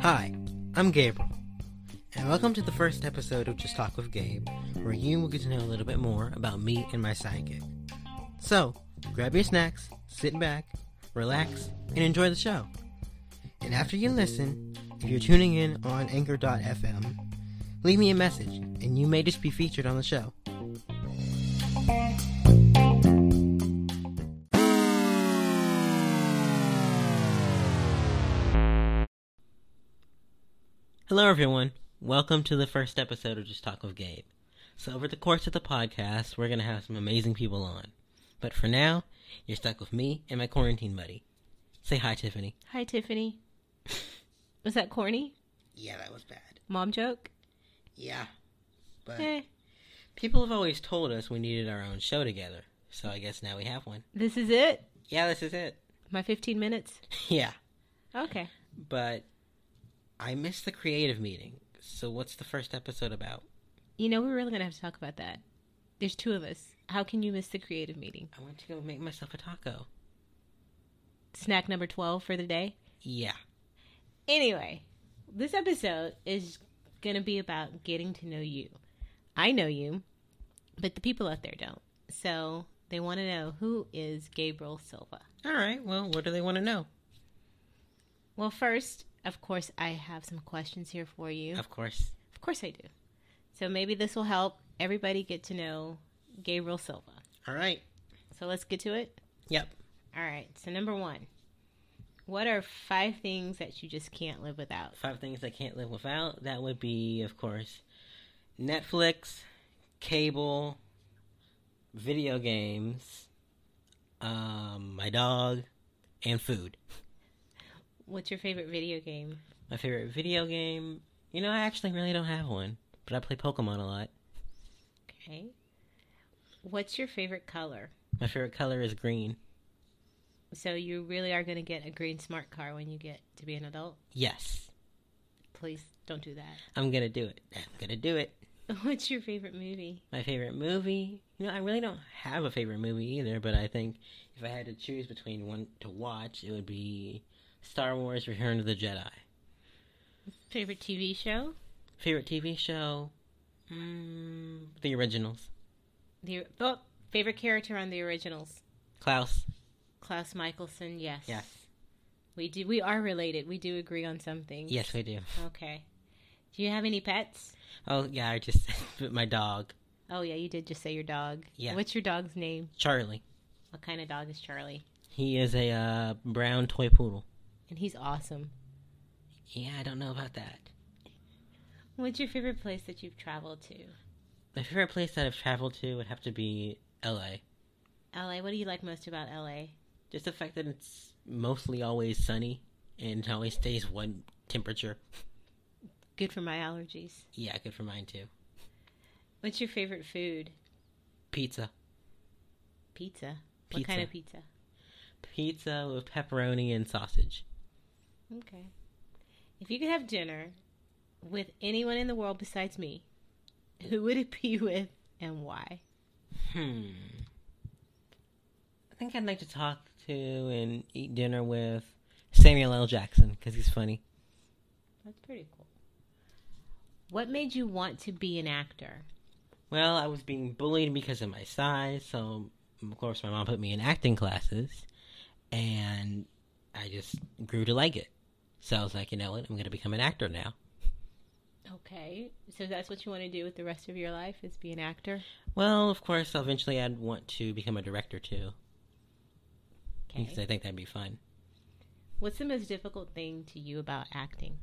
Hi, I'm Gabriel, and welcome to the first episode of Just Talk with Gabe, where you will get to know a little bit more about me and my sidekick. So, grab your snacks, sit back, relax, and enjoy the show. And after you listen, if you're tuning in on anchor.fm, leave me a message, and you may just be featured on the show. Hello, everyone. Welcome to the first episode of Just Talk with Gabe. So, over the course of the podcast, we're going to have some amazing people on. But for now, you're stuck with me and my quarantine buddy. Say hi, Tiffany. Hi, Tiffany. Was that corny? Yeah, that was bad. Mom joke? Yeah. But Eh. people have always told us we needed our own show together. So, I guess now we have one. This is it? Yeah, this is it. My 15 minutes? yeah. Okay. But I missed the creative meeting. So, what's the first episode about? You know, we're really going to have to talk about that. There's two of us. How can you miss the creative meeting? I want to go make myself a taco. Snack number 12 for the day? Yeah. Anyway, this episode is going to be about getting to know you. I know you, but the people out there don't. So they want to know who is Gabriel Silva? All right. Well, what do they want to know? Well, first, of course, I have some questions here for you. Of course. Of course I do. So maybe this will help everybody get to know Gabriel Silva. All right. So let's get to it. Yep. All right. So number one, what are five things that you just can't live without? Five things I can't live without. That would be, of course, Netflix, cable, video games, um, my dog, and food. What's your favorite video game? My favorite video game. You know, I actually really don't have one, but I play Pokemon a lot. Okay. What's your favorite color? My favorite color is green. So you really are going to get a green smart car when you get to be an adult. Yes, Please don't do that. I'm gonna do it. I'm gonna do it. What's your favorite movie? My favorite movie. You know, I really don't have a favorite movie either, but I think if I had to choose between one to watch, it would be Star Wars Return of the Jedi. Favorite TV show? Favorite TV show? Mm, the originals. The oh, favorite character on the originals? Klaus. Klaus Michelson. Yes. Yes. We do. We are related. We do agree on something. Yes, we do. Okay. Do you have any pets? Oh, yeah, I just put my dog, Oh yeah, you did just say your dog. Yeah. What's your dog's name? Charlie. What kind of dog is Charlie? He is a uh, brown toy poodle. And he's awesome. Yeah, I don't know about that. What's your favorite place that you've traveled to? My favorite place that I've traveled to would have to be LA. LA. What do you like most about LA? Just the fact that it's mostly always sunny and it always stays one temperature. Good for my allergies. Yeah, good for mine too. What's your favorite food? Pizza. Pizza. What kind of pizza? Pizza with pepperoni and sausage. Okay. If you could have dinner with anyone in the world besides me, who would it be with and why? Hmm. I think I'd like to talk to and eat dinner with Samuel L. Jackson because he's funny. That's pretty cool. What made you want to be an actor? Well, I was being bullied because of my size, so of course my mom put me in acting classes, and I just grew to like it. So I was like, you know what? I'm going to become an actor now. Okay, so that's what you want to do with the rest of your life is be an actor. Well, of course, eventually I'd want to become a director too Okay. because I think that'd be fun. What's the most difficult thing to you about acting?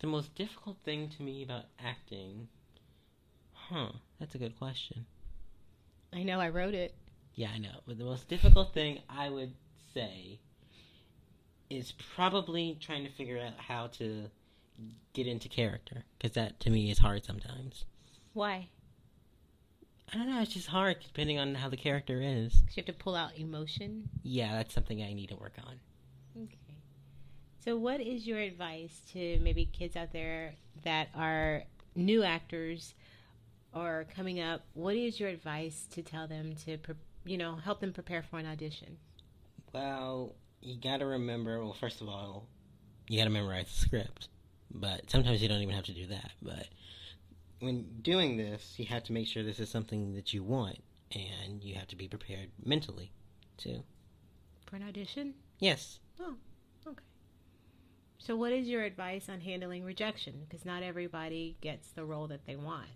The most difficult thing to me about acting, huh? That's a good question. I know I wrote it. Yeah, I know. But the most difficult thing I would say is probably trying to figure out how to get into character because that to me is hard sometimes. Why? I don't know. It's just hard depending on how the character is. 'Cause you have to pull out emotion. Yeah, that's something I need to work on. Okay. So, what is your advice to maybe kids out there that are new actors or coming up? What is your advice to tell them to, pre- you know, help them prepare for an audition? Well, you gotta remember. Well, first of all, you gotta memorize the script. But sometimes you don't even have to do that. But when doing this, you have to make sure this is something that you want, and you have to be prepared mentally, too. For an audition? Yes. Oh, okay. So, what is your advice on handling rejection? Because not everybody gets the role that they want.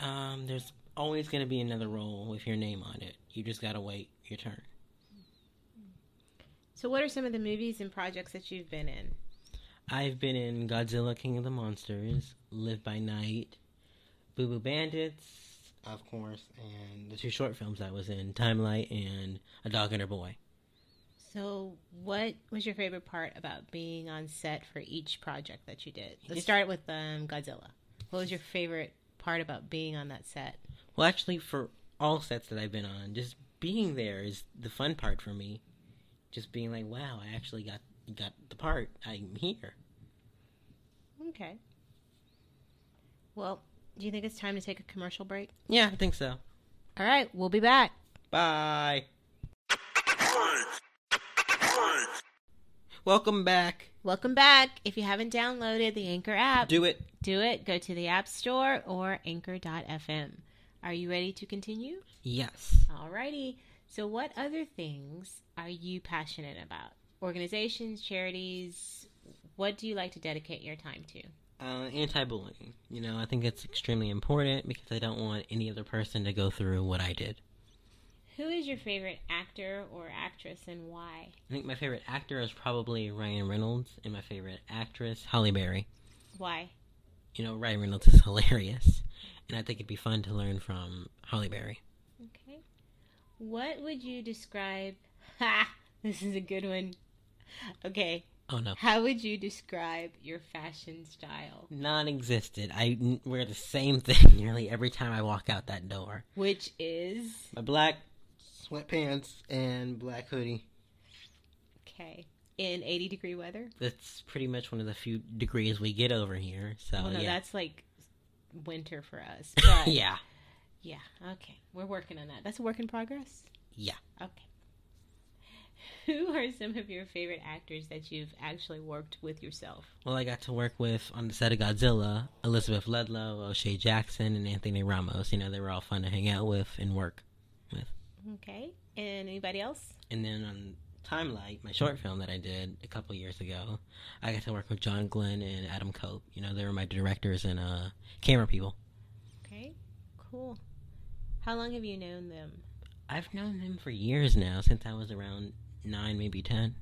Um, there's always gonna be another role with your name on it. You just gotta wait your turn. So, what are some of the movies and projects that you've been in? I've been in Godzilla King of the Monsters, Live by Night, Boo Boo Bandits, of course, and the two short films I was in, Timelight and A Dog and Her Boy. So, what was your favorite part about being on set for each project that you did? Let's start with um, Godzilla. What was your favorite part about being on that set? Well, actually, for all sets that I've been on, just being there is the fun part for me. Just being like, wow, I actually got got the part. I'm here. Okay. Well, do you think it's time to take a commercial break? Yeah, I think so. All right, we'll be back. Bye. Welcome back. Welcome back. If you haven't downloaded the Anchor app, Do it. do it. Go to the App Store or anchor.fm. Are you ready to continue? Yes. Alrighty. So, what other things are you passionate about? Organizations, charities. What do you like to dedicate your time to? uh, anti-bullying. You know, I think it's extremely important because I don't want any other person to go through what I did. Who is your favorite actor or actress and why? I think my favorite actor is probably Ryan Reynolds, and my favorite actress Holly Berry. Why? You know, Ryan Reynolds is hilarious, and I think it'd be fun to learn from Holly Berry. Okay. What would you describe? Ha! This is a good one. Okay. Oh no, How would you describe your fashion style? non-existent. I n- wear the same thing nearly every time I walk out that door. Which is. My black sweatpants and black hoodie. Okay. In 80 degree weather? That's pretty much one of the few degrees we get over here. So well, no, Oh, yeah, that's like winter for us. But yeah. yeah, Okay. We're working on that. That's a work in progress? yeah. Okay. Who are some of your favorite actors that you've actually worked with yourself? Well, I got to work with on the set of Godzilla, Elizabeth Ludlow, O'Shea Jackson, and Anthony Ramos. You know, they were all fun to hang out with and work. Okay. And anybody else? And then on Timelight, my short film that I did a couple years ago, I got to work with John Glenn and Adam Cope. You know, they were my directors and uh, camera people. Okay. Cool. How long have you known them? I've known them for years now, since I was around nine, maybe ten.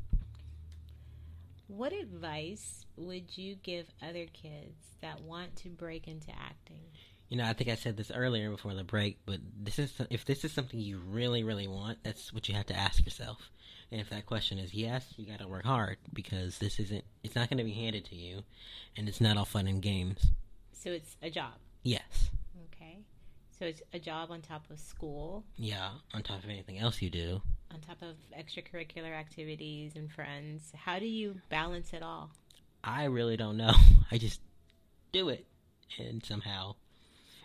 What advice would you give other kids that want to break into acting? You know, I think I said this earlier before the break, but this is if this is something you really, really want, that's what you have to ask yourself. And if that question is yes, you got to work hard because this isn't it's not going to be handed to you, and it's not all fun and games. So it's a job. Yes, Okay. So it's a job on top of school, yeah. On top of anything else you do, on top of extracurricular activities and friends. How do you balance it all? I really don't know. I just do it, and somehow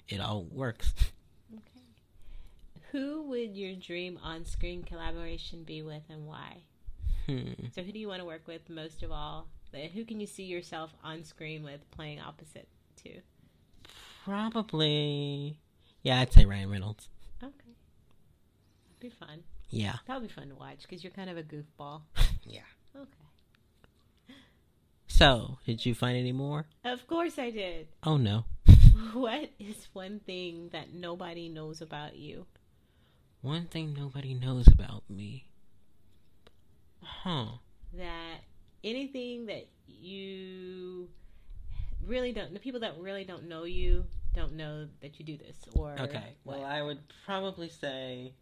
it all works. Okay. Who would your dream on screen collaboration be with and why? Hmm. So, who do you want to work with most of all? And Who can you see yourself on screen with playing opposite to? Probably, yeah. I'd say Ryan Reynolds. Okay. That'd be fun. Yeah, That'll be fun to watch because you're kind of a goofball. yeah. Okay. So, did you find any more? Of course, I did. Oh no. What is one thing that nobody knows about you? One thing nobody knows about me. Huh. that anything that you really don't the people that really don't know you don't know that you do this or Okay. Well, what. I would probably say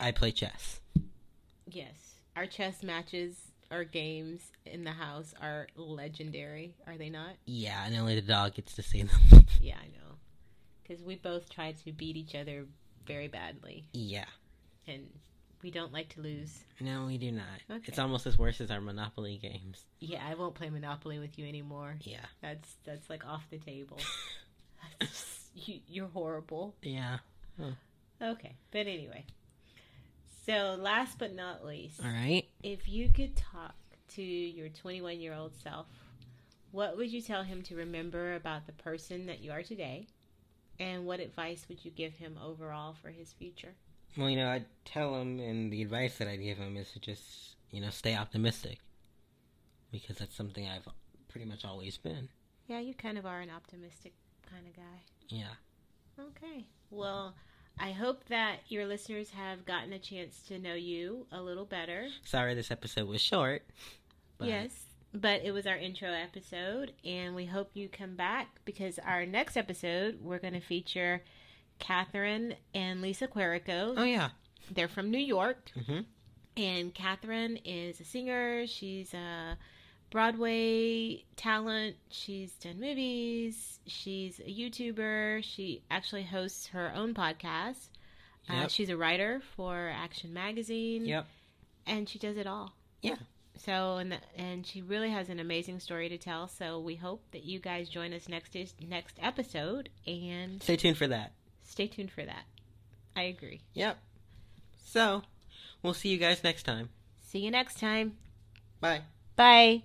I play chess. yes our chess matches our games in the house are legendary are they not Yeah, and only the dog gets to see them. yeah i know because we both try to beat each other very badly yeah. and we don't like to lose No, we do not. Okay. It's almost as worse as our Monopoly games. yeah i won't play monopoly with you anymore Yeah. that's that's like off the table you, you're horrible Yeah. Okay, but anyway. So, last but not least, All right. if you could talk to your 21 year old self, what would you tell him to remember about the person that you are today? And what advice would you give him overall for his future? Well, you know, I tell him, and the advice that I give him is to just, you know, stay optimistic, because that's something I've pretty much always been. Yeah, you kind of are an optimistic kind of guy. Yeah. Okay. Well, I hope that your listeners have gotten a chance to know you a little better. Sorry, this episode was short. But Yes. But it was our intro episode, and we hope you come back because our next episode, we're going to feature Catherine and Lisa Querico. Oh yeah. They're from New York, Mm-hmm. and Catherine is a singer. She's a Broadway talent. She's done movies. She's a YouTuber. She actually hosts her own podcast. Uh, Yep. she's a writer for Action Magazine. Yep. And she does it all. Yeah. So and the, and she really has an amazing story to tell. So we hope that you guys join us next is, next episode and Stay tuned for that. stay tuned for that. I agree. Yep. So, we'll see you guys next time. See you next time. Bye. Bye.